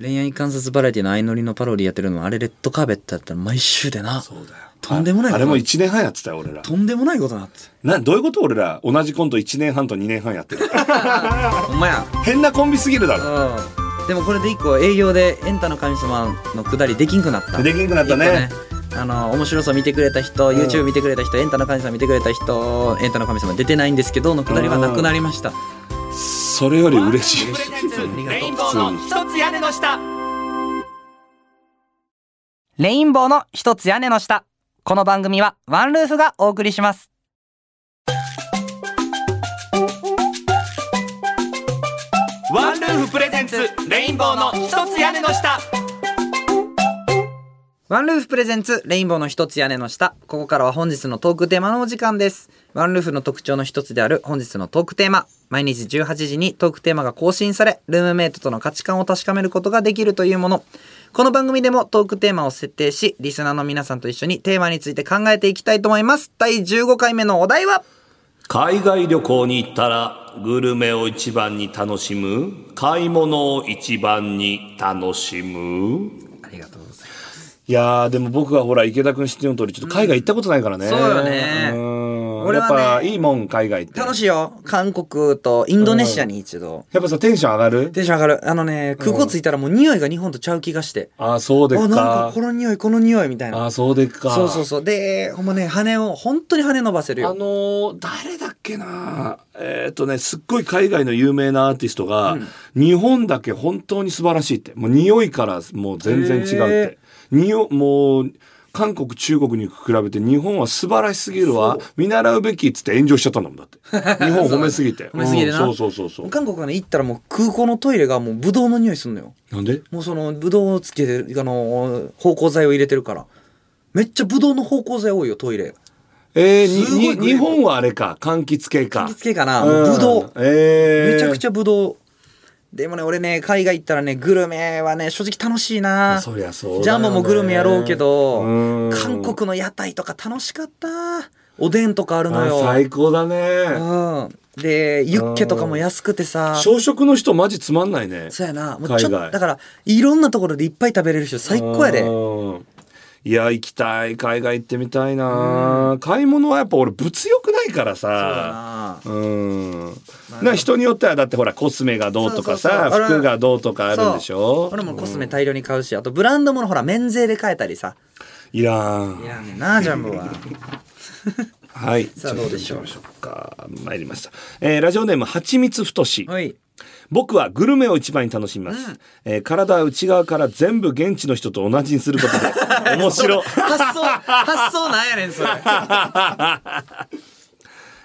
[SPEAKER 3] 恋愛観察バラエティの相乗りのパロディやってるのもあれレッドカーペットだったら毎週でな
[SPEAKER 2] そうだよ
[SPEAKER 3] とんでもない
[SPEAKER 2] あ
[SPEAKER 3] こ
[SPEAKER 2] あ
[SPEAKER 3] と
[SPEAKER 2] れ
[SPEAKER 3] に
[SPEAKER 2] も1年半やってたよ俺ら
[SPEAKER 3] とんでもないことになって
[SPEAKER 2] などういうこと俺ら同じコント1年半と2年半や ってる
[SPEAKER 3] たほんまや
[SPEAKER 2] 変なコンビすぎるだろ
[SPEAKER 3] うんでもこれで一個営業で「エンタの神様」のくだりできんくなった
[SPEAKER 2] できんくなったね
[SPEAKER 3] 一個あの面白さ見てくれた人 YouTube 見てくれた人、エンタの神様見てくれた人エンタの神様出てないんですけどのくだりはなくなりました
[SPEAKER 2] それより嬉しい
[SPEAKER 4] レインボーの一つ屋根の下
[SPEAKER 5] レインボーの一つ屋根の下。この番組はワンルーフがお送りします。
[SPEAKER 4] ワンルーフプレゼンツレインボーの一つ屋根の下
[SPEAKER 3] ワンルーフプレゼンツレインボーの一つ屋根の下ここからは本日のトークテーマのお時間ですワンルーフの特徴の一つである本日のトークテーマ毎日18時にトークテーマが更新されルームメイトとの価値観を確かめることができるというものこの番組でもトークテーマを設定しリスナーの皆さんと一緒にテーマについて考えていきたいと思います第15回目のお題は
[SPEAKER 2] 海外旅行に行ったらグルメを一番に楽しむ買い物を一番に楽しむ
[SPEAKER 3] ありがとうございます。
[SPEAKER 2] いやーでも僕はほら池田君知っての通りちょっと海外行ったことないからね、
[SPEAKER 3] そうよね
[SPEAKER 2] うん
[SPEAKER 3] 俺はね
[SPEAKER 2] やっぱいいもん海外って
[SPEAKER 3] 楽しいよ。韓国とインドネシアに一度。
[SPEAKER 2] やっぱさテンション上がる
[SPEAKER 3] テンション上がる。あのね、空港着いたらもう匂いが日本とちゃう気がして。
[SPEAKER 2] あーそうで
[SPEAKER 3] あ、な
[SPEAKER 2] っ
[SPEAKER 3] ん
[SPEAKER 2] か
[SPEAKER 3] かこの匂い、この匂いみたい
[SPEAKER 2] あ
[SPEAKER 3] な
[SPEAKER 2] ー。そうでっか
[SPEAKER 3] そうそうそう。で、ほんまね、羽を、本当に羽伸ばせる
[SPEAKER 2] あ
[SPEAKER 3] よ。
[SPEAKER 2] のー誰だっけなえーっとねすっごい海外の有名なアーティストが、日本だけ本当に素晴らしいってもう匂いからもう全然違うって匂もう韓国中国に比べて日本は素晴らしすぎるわ見習うべきっつって炎上しちゃったんだもん だって日本褒めすぎて
[SPEAKER 3] 褒めすぎるな
[SPEAKER 2] うんそうそうそうそ
[SPEAKER 3] 韓国はね、行ったらもう空港のトイレがもうブドウの匂いすんのよ。
[SPEAKER 2] うなんで
[SPEAKER 3] もうその、ブドウをつけてる、あの、芳香剤を入れてるから。めっちゃブドウの芳香剤多いよ、トイレ。
[SPEAKER 2] えー、に
[SPEAKER 3] すごい
[SPEAKER 2] に
[SPEAKER 3] グレ
[SPEAKER 2] 日
[SPEAKER 3] ープ
[SPEAKER 2] 本はあれか柑橘系か
[SPEAKER 3] 柑橘系かなブドウ
[SPEAKER 2] えー、
[SPEAKER 3] めちゃくち
[SPEAKER 2] ゃ
[SPEAKER 3] ゃブドウ。でもね、俺ね、海外行ったらね、グルメはね、正直楽しいな。
[SPEAKER 2] そりゃそうだよね
[SPEAKER 3] ジャンボもグルメやろうけど
[SPEAKER 2] うん、
[SPEAKER 3] 韓国の屋台とか楽しかった。おでんとかあるのよ。
[SPEAKER 2] 最高だね
[SPEAKER 3] うん。で、ユッケとかも安くてさ。
[SPEAKER 2] 朝食の人マジつまんないね
[SPEAKER 3] そうやな。もう
[SPEAKER 2] 海
[SPEAKER 3] ちょ
[SPEAKER 2] 外
[SPEAKER 3] っと、だから、いろんなところでいっぱい食べれる人最高やで。
[SPEAKER 2] うんいや行きたい海外行ってみたいな、買い物はやっぱ俺物欲ないからさ
[SPEAKER 3] あー
[SPEAKER 2] うんな人によってはだってほらコスメがどうとかさ
[SPEAKER 3] そうそうそう
[SPEAKER 2] 服がどうとかあるんでし
[SPEAKER 3] そう
[SPEAKER 2] ょ
[SPEAKER 3] 俺もコスメ大量に買うし、あとブランドものほら、免税で買えたりさ。
[SPEAKER 2] いらん
[SPEAKER 3] いやねんな、ジャンボ は。
[SPEAKER 2] はい
[SPEAKER 3] さあどうでしょう
[SPEAKER 2] ちっと行きましょうか参りました、えーラジオネームはちみつふとし
[SPEAKER 3] はい。
[SPEAKER 2] 僕はグルメを一番に楽しみます、えー体は内側から全部現地の人と同じにすること で面白
[SPEAKER 3] 発想、発想なんやね ん、それ。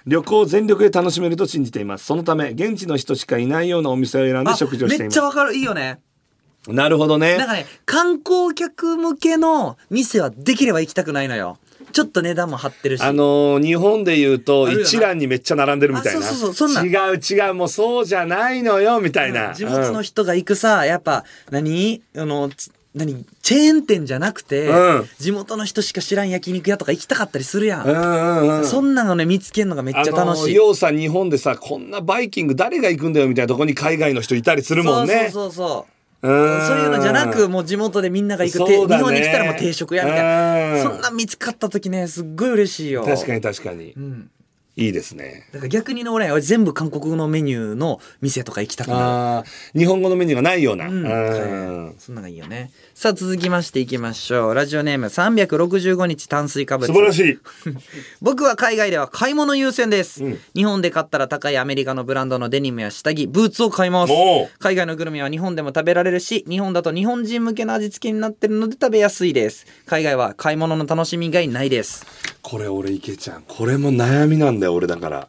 [SPEAKER 2] 旅行を全力で楽しめると信じていますそのため現地の人しかいないようなお店を選んで
[SPEAKER 3] あ
[SPEAKER 2] 食事をしてい
[SPEAKER 3] めっ
[SPEAKER 2] ま
[SPEAKER 3] ち
[SPEAKER 2] す
[SPEAKER 3] ゃわかるいいよね
[SPEAKER 2] なるほどね
[SPEAKER 3] なんかね観光客向けの店はできれば行きたくないのよちょっと値段も張ってるし
[SPEAKER 2] あのー日本で言うと
[SPEAKER 3] あるよな
[SPEAKER 2] 一覧にめっちゃ並んでるみたいな
[SPEAKER 3] あそうそうそうそん
[SPEAKER 2] 違う違うもうそうじゃないのよみたいな、
[SPEAKER 3] 地元
[SPEAKER 2] う
[SPEAKER 3] の
[SPEAKER 2] ん
[SPEAKER 3] 人が行くさやっぱ何あのち何チェーン店じゃなくて、
[SPEAKER 2] うん
[SPEAKER 3] 地元の人しか知らん焼肉屋とか行きたかったりするやん、
[SPEAKER 2] うんうんうん
[SPEAKER 3] そんなのね見つけるのがめっちゃ楽
[SPEAKER 2] あの
[SPEAKER 3] し
[SPEAKER 2] ー
[SPEAKER 3] い、
[SPEAKER 2] ようさ日本でさこんなバイキング誰が行くんだよみたいなとこに海外の人いたりするもんね
[SPEAKER 3] そうそうそうそう
[SPEAKER 2] うん
[SPEAKER 3] そういうのじゃなくもう地元でみんなが行くて、
[SPEAKER 2] そうだ
[SPEAKER 3] 日
[SPEAKER 2] ね
[SPEAKER 3] 本に来たらもう定食やみたいな
[SPEAKER 2] うん
[SPEAKER 3] そんなん見つかった時ねすっごい嬉しいよ
[SPEAKER 2] 確かに確かに、
[SPEAKER 3] ん
[SPEAKER 2] いいですね
[SPEAKER 3] だから逆にね俺は全部韓国のメニューの店とか行きたくなる。
[SPEAKER 2] あー日本語のメニューがないような、
[SPEAKER 3] うん
[SPEAKER 2] うん
[SPEAKER 3] そんなのがいいよね。さあ続きましていきましょう。ラジオネーム365日炭水化物。
[SPEAKER 2] 素晴らしい
[SPEAKER 3] 僕は海外では買い物優先です、日本で買ったら高いアメリカのブランドのデニムや下着ブーツを買います
[SPEAKER 2] おう
[SPEAKER 3] 海外のグルメは日本でも食べられるし日本だと日本人向けの味付けになってるので食べやすいです海外は買い物の楽しみ以外ないです
[SPEAKER 2] これ俺池ちゃんこれも悩みなんだよ俺だから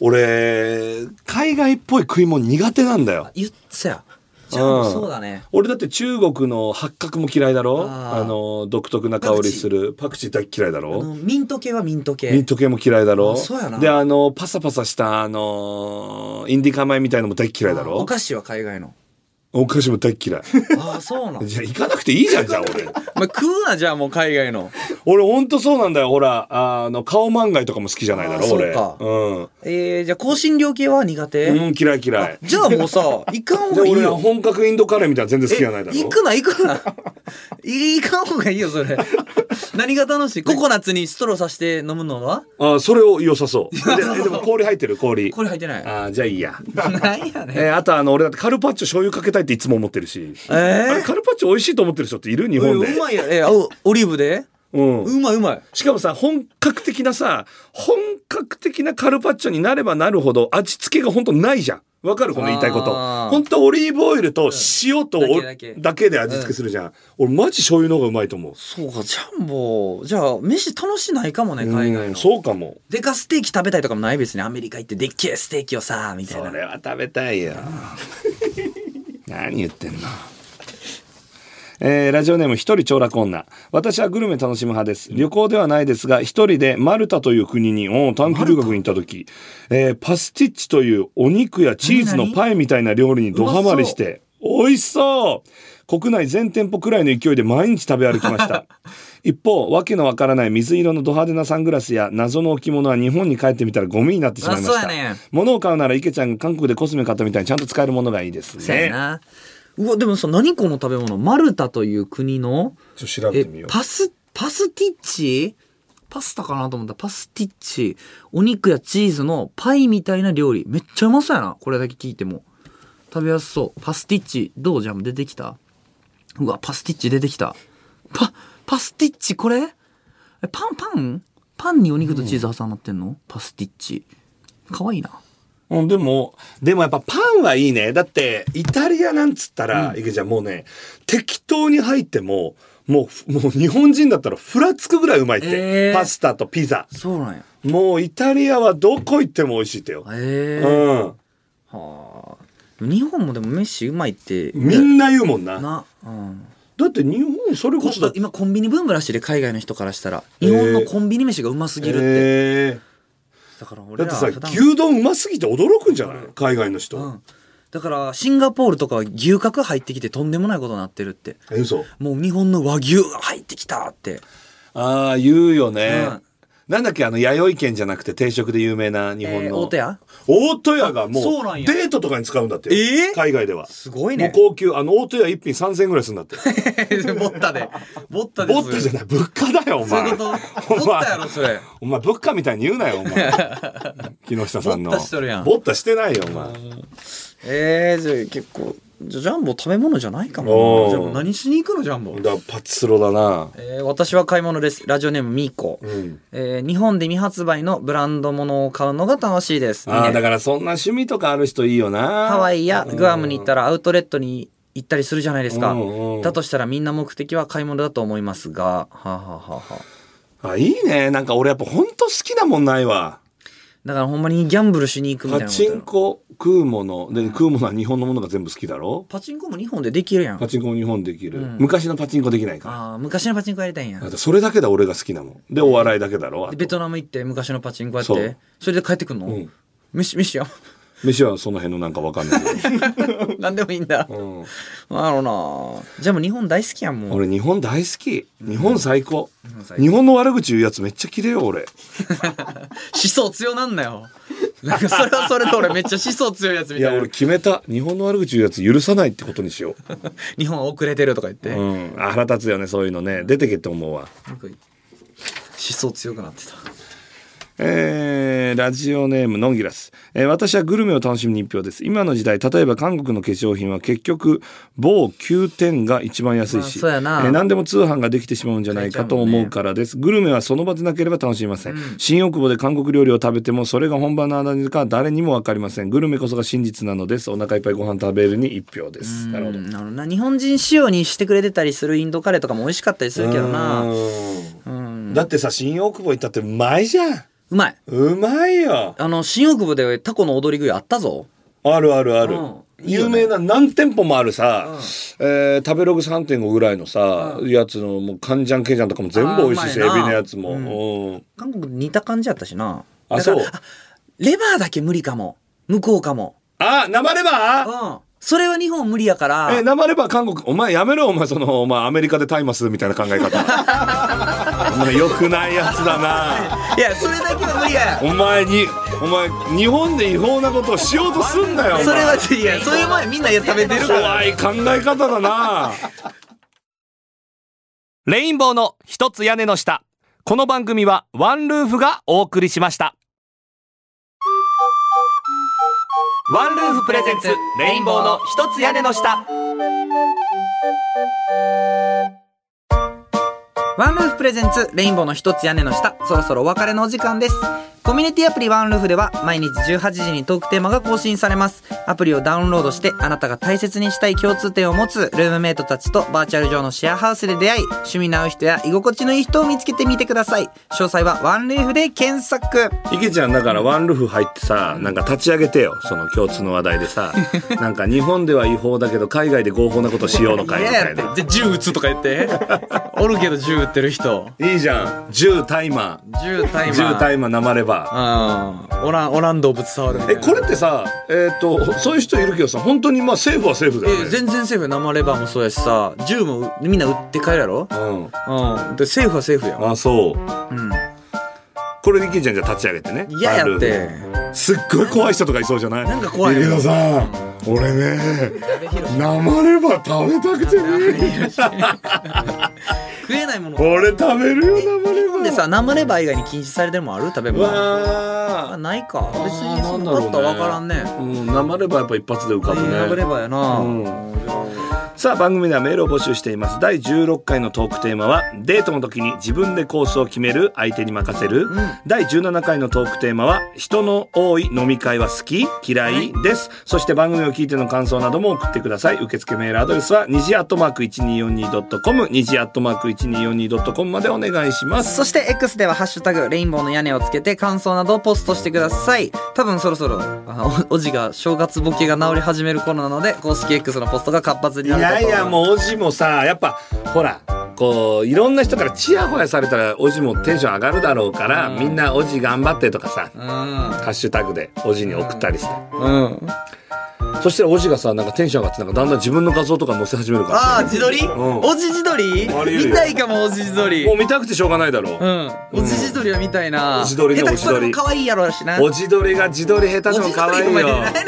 [SPEAKER 2] 俺海外っぽい食い物苦手なんだよ
[SPEAKER 3] 言っちゃじゃあもううんそうだね
[SPEAKER 2] 俺だって中国の八角も嫌いだろ
[SPEAKER 3] あ
[SPEAKER 2] あ
[SPEAKER 3] ー
[SPEAKER 2] の独特な香りするパクチー大っ嫌いだ
[SPEAKER 3] あの
[SPEAKER 2] ろ
[SPEAKER 3] ミント系はミント系
[SPEAKER 2] ミント系も嫌いだろ
[SPEAKER 3] あそうやな
[SPEAKER 2] であのパサパサしたあのインディカ米みたいのも大っ嫌いだろ
[SPEAKER 3] お菓子は海外の
[SPEAKER 2] お菓子も大っ嫌い
[SPEAKER 3] ああそうなん
[SPEAKER 2] じゃあ行かなくていいじゃんじゃあ俺
[SPEAKER 3] ま食うなじゃあもう海外の。
[SPEAKER 2] 俺ほんとそうなんだよほらあの顔漫画とかも好きじゃないだ
[SPEAKER 3] あー
[SPEAKER 2] ろ俺
[SPEAKER 3] そうかえー、じゃあ香辛料系は苦手、
[SPEAKER 2] うん、うん、嫌い嫌い
[SPEAKER 3] じゃあもうさ、 行かん方
[SPEAKER 2] で
[SPEAKER 3] がいい
[SPEAKER 2] 俺ら
[SPEAKER 3] よ。
[SPEAKER 2] 本格インドカレーみたいなの全然好きじゃないだろ
[SPEAKER 3] え行くな行くな。い行かん方がいい よそれ。何が楽しいココナッツにストローさして飲むのは
[SPEAKER 2] あそれを良さそうでえでも氷入ってる氷
[SPEAKER 3] これ入ってない。
[SPEAKER 2] あじゃあいいや
[SPEAKER 3] ないやねん。
[SPEAKER 2] えーあとあの俺だってカルパッチョ醤油かけたいっていつも思ってるし、
[SPEAKER 3] え
[SPEAKER 2] あれカルパッチョ美味しいと思ってる人っている日
[SPEAKER 3] ー、
[SPEAKER 2] 本で
[SPEAKER 3] うまいよ。えー、あオリーブで
[SPEAKER 2] うん
[SPEAKER 3] うまいうまい。
[SPEAKER 2] しかもさ本格的なさ本格的なカルパッチョになればなるほど味付けが本当ないじゃんわかるこの言いたいこと
[SPEAKER 3] あー
[SPEAKER 2] 本当オリーブオイルと塩とお、
[SPEAKER 3] だけだけ
[SPEAKER 2] だけで味付けするじゃん、俺マジ醤油の方がうまいと思う
[SPEAKER 3] そうか、ジャンボ。じゃあ、飯楽しないかもね、海外
[SPEAKER 2] うん
[SPEAKER 3] の。
[SPEAKER 2] そうかも
[SPEAKER 3] でかステーキ食べたいとかもない別にアメリカ行ってでっけえステーキをさ、みたい
[SPEAKER 2] そ
[SPEAKER 3] な。
[SPEAKER 2] れは食べたいよ 何言ってんのえーラジオネーム一人長楽女私はグルメ楽しむ派です旅行ではないですが一人でマルタという国におー短期留学に行った時、えーパスティッチというお肉やチーズのパイみたいな料理にドハマりして美味しそう国内全店舗くらいの勢いで毎日食べ歩きました 一方わけのわからない水色のド派手なサングラスや謎の置物は日本に帰ってみたらゴミになってしまいました
[SPEAKER 3] あそうやね
[SPEAKER 2] 物を買うなら池ちゃんが韓国でコスメ買ったみたいにちゃんと使えるものがいいです
[SPEAKER 3] そうや
[SPEAKER 2] ね
[SPEAKER 3] な。うわ、でもさ、何この食べ物マルタという国の、
[SPEAKER 6] ちょっと調べ
[SPEAKER 3] え
[SPEAKER 6] てみよ、う。
[SPEAKER 3] パス、パスティッチパスタかなと思った。パスティッチ。お肉やチーズのパイみたいな料理。めっちゃうまそうやな。これだけ聞いても。食べやすそう。パスティッチ。どうじゃん出てきたうわ、パスティッチ出てきた。パ、パスティッチこれえパン、パンパンにお肉とチーズ挟まってんの、パスティッチ。かわいいな。
[SPEAKER 2] うん、でも、でもやっぱパンはいいね。だって、イタリアなんつったら、いけちゃんもうね、適当に入っても、もう、もう日本人だったらふらつくぐらいうまいって。
[SPEAKER 3] えー
[SPEAKER 2] パスタとピザ。
[SPEAKER 3] そうなんや。
[SPEAKER 2] もうイタリアはどこ行っても美味しいってよ。
[SPEAKER 3] ええ
[SPEAKER 2] うん。
[SPEAKER 3] はあ日本もでも飯うまいって
[SPEAKER 2] みんな言うもんな。
[SPEAKER 3] な、うん、
[SPEAKER 2] だって日本それこ
[SPEAKER 3] こ
[SPEAKER 2] そだ
[SPEAKER 3] 今コンビニブームらしいで海外の人からしたら日本のコンビニ飯がうますぎるって、
[SPEAKER 2] え
[SPEAKER 3] だから
[SPEAKER 2] ーだ
[SPEAKER 3] 俺
[SPEAKER 2] っ
[SPEAKER 3] ら
[SPEAKER 2] てさ、
[SPEAKER 3] 普段
[SPEAKER 2] 牛丼うますぎて驚くんじゃない海外の人。
[SPEAKER 3] うん、だからシンガポールとかは牛角入ってきてとんでもないことになってるって
[SPEAKER 2] え、嘘。
[SPEAKER 3] もう日本の和牛が入ってきたって
[SPEAKER 2] ああ、言うよね
[SPEAKER 3] うん
[SPEAKER 2] なんだっけ、あの、弥生県じゃなくて定食で有名な日
[SPEAKER 3] えー大戸屋
[SPEAKER 2] 大戸屋がもう
[SPEAKER 3] そうなんや
[SPEAKER 2] デートとかに使うんだってよ、
[SPEAKER 3] えー
[SPEAKER 2] 海外では
[SPEAKER 3] すごいね
[SPEAKER 2] もう高級あの大戸屋一品3000円ぐらいするんだって
[SPEAKER 3] ボッタでボッタで
[SPEAKER 2] ボッタじゃない物価だよお
[SPEAKER 3] そう
[SPEAKER 2] 前
[SPEAKER 3] いうことボッタやろそ れ
[SPEAKER 2] お前物価みたいに言うなよお 前木下さんの
[SPEAKER 3] ボッタしとるやん
[SPEAKER 2] ボッタしてないよお前
[SPEAKER 3] えー、じゃあ結構じゃあジャンボ食べ物じゃないか
[SPEAKER 2] お
[SPEAKER 3] も
[SPEAKER 2] ー
[SPEAKER 3] なじゃあ何しに行くのジャンボ
[SPEAKER 2] だパチスロだな
[SPEAKER 3] えー私は買い物です。ラジオネームミーコ、
[SPEAKER 2] ん
[SPEAKER 3] えー日本で未発売のブランド物を買うのが楽しいです。
[SPEAKER 2] あ
[SPEAKER 3] いい
[SPEAKER 2] あ
[SPEAKER 3] ね
[SPEAKER 2] だからそんな趣味とかある人いいよな
[SPEAKER 3] ハワイやグアム
[SPEAKER 2] に
[SPEAKER 3] に行ったらアウトレットに行ったりするじゃないですか。
[SPEAKER 2] うんうん
[SPEAKER 3] だとしたらみんな目的は買い物だと思いますが、はあ、はあはあはあ、
[SPEAKER 2] あいいねなんか俺やっぱほんと好きなもんないわ
[SPEAKER 3] だからほんまにギャンブルしに行くみたい
[SPEAKER 2] パ
[SPEAKER 3] なこと
[SPEAKER 2] チ
[SPEAKER 3] やろ
[SPEAKER 2] ンコ食うもので食うものは日本のものが全部好きだろ
[SPEAKER 3] パチンコも日本でできるやん。
[SPEAKER 2] パチンコも日本できる、
[SPEAKER 3] ん
[SPEAKER 2] 昔のパチンコできないから
[SPEAKER 3] ああ、昔のパチンコやりたいんや
[SPEAKER 2] だ。ってそれだけだ俺が好きなもんでお笑いだけだろあ
[SPEAKER 3] で
[SPEAKER 2] と
[SPEAKER 3] ベトナム行って昔のパチンコやっ
[SPEAKER 2] そ
[SPEAKER 3] て
[SPEAKER 2] う、
[SPEAKER 3] それで帰ってくんの、
[SPEAKER 2] うん
[SPEAKER 3] 飯、飯やん。
[SPEAKER 2] 飯はその辺のなんかわかんないけ
[SPEAKER 3] 何でもいいんだ。
[SPEAKER 2] ど、うん
[SPEAKER 3] なるほどな。じゃあもう日本大好きやん、もう。
[SPEAKER 2] 俺日本大好き日本最高、
[SPEAKER 3] 本最高
[SPEAKER 2] 日本の悪口言うやつめっちゃ綺麗よ俺
[SPEAKER 3] 思想強なんなよ。なんかそれはそれで俺めっちゃ思想強いやつ
[SPEAKER 2] い
[SPEAKER 3] みた
[SPEAKER 2] や
[SPEAKER 3] い
[SPEAKER 2] 俺
[SPEAKER 3] な。
[SPEAKER 2] 決めた日本の悪口言うやつ許さないってことにしよ
[SPEAKER 3] 日本は遅れてるとか言って。
[SPEAKER 2] う、
[SPEAKER 3] 思
[SPEAKER 2] うん、あ腹立つよねそういうのね出てけって思うわ
[SPEAKER 3] 想強くなってた。
[SPEAKER 2] えーラジオネームのんぎらす、えー私はグルメを楽しむに一票です今の時代例えば韓国の化粧品は結局某9点が一番安いし、
[SPEAKER 3] まあそうやな
[SPEAKER 2] えー何でも通販ができてしまうんじゃないかと思うからです、グルメはその場でなければ楽しみません、新大久保で韓国料理を食べてもそれが本場の味か誰にも分かりませんグルメこそが真実なのですお腹いっぱいご飯食べるに一票ですなるほど
[SPEAKER 3] なるほどな。日本人仕様にしてくれてたりするインドカレーとかも美味しかったりするけどな。う
[SPEAKER 2] うんだってさ新大久保行ったってうまいじゃん
[SPEAKER 3] まい。
[SPEAKER 2] うまいよ
[SPEAKER 3] あの、新大久保でタコの踊り食いあったぞ。
[SPEAKER 2] あるあるある、
[SPEAKER 3] うん
[SPEAKER 2] 有名な何店舗もあるさ、えー食べログ3.5ぐらいのさ、やつのもうカンジャンケジャンとかも全部美味しいしエ
[SPEAKER 3] あ
[SPEAKER 2] ビ
[SPEAKER 3] ーうまいな
[SPEAKER 2] のやつも、うん
[SPEAKER 3] 韓国似た感じやったしな。
[SPEAKER 2] あ
[SPEAKER 3] だから
[SPEAKER 2] そう
[SPEAKER 3] レバーだけ無理かも。向こうかも。
[SPEAKER 2] あ生レ
[SPEAKER 3] う
[SPEAKER 2] バー
[SPEAKER 3] ん。それは日本無理やから。
[SPEAKER 2] えー生レバー韓国お前やめろお前そのお前アメリカでタイマスみたいな考え方お前良くないやつだない
[SPEAKER 3] や、それだけは無理や。
[SPEAKER 2] お前にお前日本で違法なことをしよ うとすんなよお前
[SPEAKER 3] それは、いや、そういう前みんな食べてるから。
[SPEAKER 2] 怖い考え方だな
[SPEAKER 4] レインボーの一つ屋根の下この番組はワンルーフがお送りしましたワンルーフプレゼンツレインボーの一つ屋根の下
[SPEAKER 3] ワンルーフプレゼンツレインボーの一つ屋根の下そろそろお別れのお時間ですコミュニティアプリワンルーフでは毎日18時にトークテーマが更新されますアプリをダウンロードしてあなたが大切にしたい共通点を持つルームメイトたちとバーチャル上のシェアハウスで出会い趣味の合う人や居心地のいい人を見つけてみてください詳細はワンルーフで検索
[SPEAKER 2] 池ちゃんだからワンルーフ入ってさなんか立ち上げてよその共通の話題で さなんか日本では違法だけど海外で合法なことしようのかいみ
[SPEAKER 3] 嫌
[SPEAKER 2] た
[SPEAKER 3] や
[SPEAKER 2] い
[SPEAKER 3] って
[SPEAKER 2] な
[SPEAKER 3] じゃあ銃撃つとか言っておるけど銃撃ってる人
[SPEAKER 2] いいじゃん10タイマ
[SPEAKER 3] 10タイ
[SPEAKER 2] ー
[SPEAKER 3] マー
[SPEAKER 2] 10タイマーなまれば
[SPEAKER 3] うんおらんおらん動物触るみたい
[SPEAKER 2] え
[SPEAKER 3] な
[SPEAKER 2] これってさえっ、とそういう人いるけどさ本当にまあセーフはセーフだ
[SPEAKER 3] え
[SPEAKER 2] よね、
[SPEAKER 3] 全然セーフよ生レバーもそうやしさ銃もみんな売って帰るやろ
[SPEAKER 2] うん
[SPEAKER 3] うんでセーフはセーフや
[SPEAKER 2] あそう
[SPEAKER 3] うん
[SPEAKER 2] これでいけちゃんじゃあ立ち上げてね
[SPEAKER 3] 嫌や
[SPEAKER 2] あ
[SPEAKER 3] っ て
[SPEAKER 2] るすっごい怖い人とかいそうじゃない
[SPEAKER 3] なんか怖いよ
[SPEAKER 2] 入江さん俺ね
[SPEAKER 3] 阿部寛
[SPEAKER 2] 生レバー食べたくてね
[SPEAKER 3] 食えないもの
[SPEAKER 2] これ食べるよ生レバー
[SPEAKER 3] でさ生レバー以外に禁止されてるもんある食べ
[SPEAKER 2] う
[SPEAKER 3] 物
[SPEAKER 2] わ
[SPEAKER 3] あ
[SPEAKER 2] ー
[SPEAKER 3] ないか別
[SPEAKER 2] あ
[SPEAKER 3] に
[SPEAKER 2] ー
[SPEAKER 3] そ
[SPEAKER 2] なんん
[SPEAKER 3] な
[SPEAKER 2] だろうね
[SPEAKER 3] ことは分からんね
[SPEAKER 2] うん生レバーやっぱ一発で浮かぶね、
[SPEAKER 3] 生レバーやな、
[SPEAKER 2] さあ番組ではメールを募集しています第16回のトークテーマはデートの時に自分でコースを決める相手に任せる、第17回のトークテーマは人の多い飲み会は好き嫌いです、そして番組を聞いての感想なども送ってください受付メールアドレスは虹アットマーク 1242.com 虹アットマーク 1242.com までお願いします
[SPEAKER 3] そして X では「ハッシュタグレインボーの屋根」をつけて感想などをポストしてください多分そろそろあのおおじが正月ボケが治り始める頃なので公式 X のポストが活発に
[SPEAKER 2] い
[SPEAKER 3] なるかと
[SPEAKER 2] やいやもうおじもさやっぱほらこういろんな人からチヤホヤされたらおじもテンション上がるだろうから、みんなおじ頑張ってとかさ、
[SPEAKER 3] ううん
[SPEAKER 2] ハッシュタグでおじに送ったりして、
[SPEAKER 3] うん
[SPEAKER 2] そしたらおじがさなんかテンション上がってなんかだんだん自分の画像とか載せ始めるから
[SPEAKER 3] ああ
[SPEAKER 2] さ
[SPEAKER 3] 自撮り、
[SPEAKER 2] ん
[SPEAKER 3] おじ自撮り
[SPEAKER 2] ありえるよ
[SPEAKER 3] 見たいかもおじ自撮り
[SPEAKER 2] もう見たくてしょうがないだろ
[SPEAKER 3] う
[SPEAKER 2] う、
[SPEAKER 3] んおじ自撮りは見たいな
[SPEAKER 2] おじ撮りね
[SPEAKER 3] 下手くそ
[SPEAKER 2] おじ撮
[SPEAKER 3] でも
[SPEAKER 2] り
[SPEAKER 3] 可愛いやろうしな
[SPEAKER 2] おじどりが自撮り下手でも可愛いよ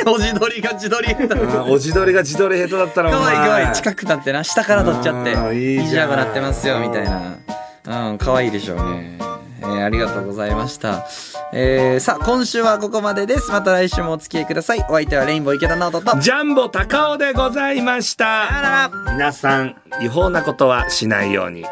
[SPEAKER 3] おじどりが自撮り下手
[SPEAKER 2] うんおじどりが自撮り下手だったらお
[SPEAKER 3] 可
[SPEAKER 2] 前
[SPEAKER 3] 愛い可愛い近くなってな下から撮っちゃ
[SPEAKER 2] あ
[SPEAKER 3] っ
[SPEAKER 2] ー
[SPEAKER 3] て
[SPEAKER 2] いいじゃん
[SPEAKER 3] いじらがなってますよみたいなうん可愛いでしょうねえーありがとうございました、えーさあ今週はここまでですまた来週もお付き合いくださいお相手はレインボー池田直人と
[SPEAKER 2] ジャンボ高尾でございました皆さん違法なことはしないように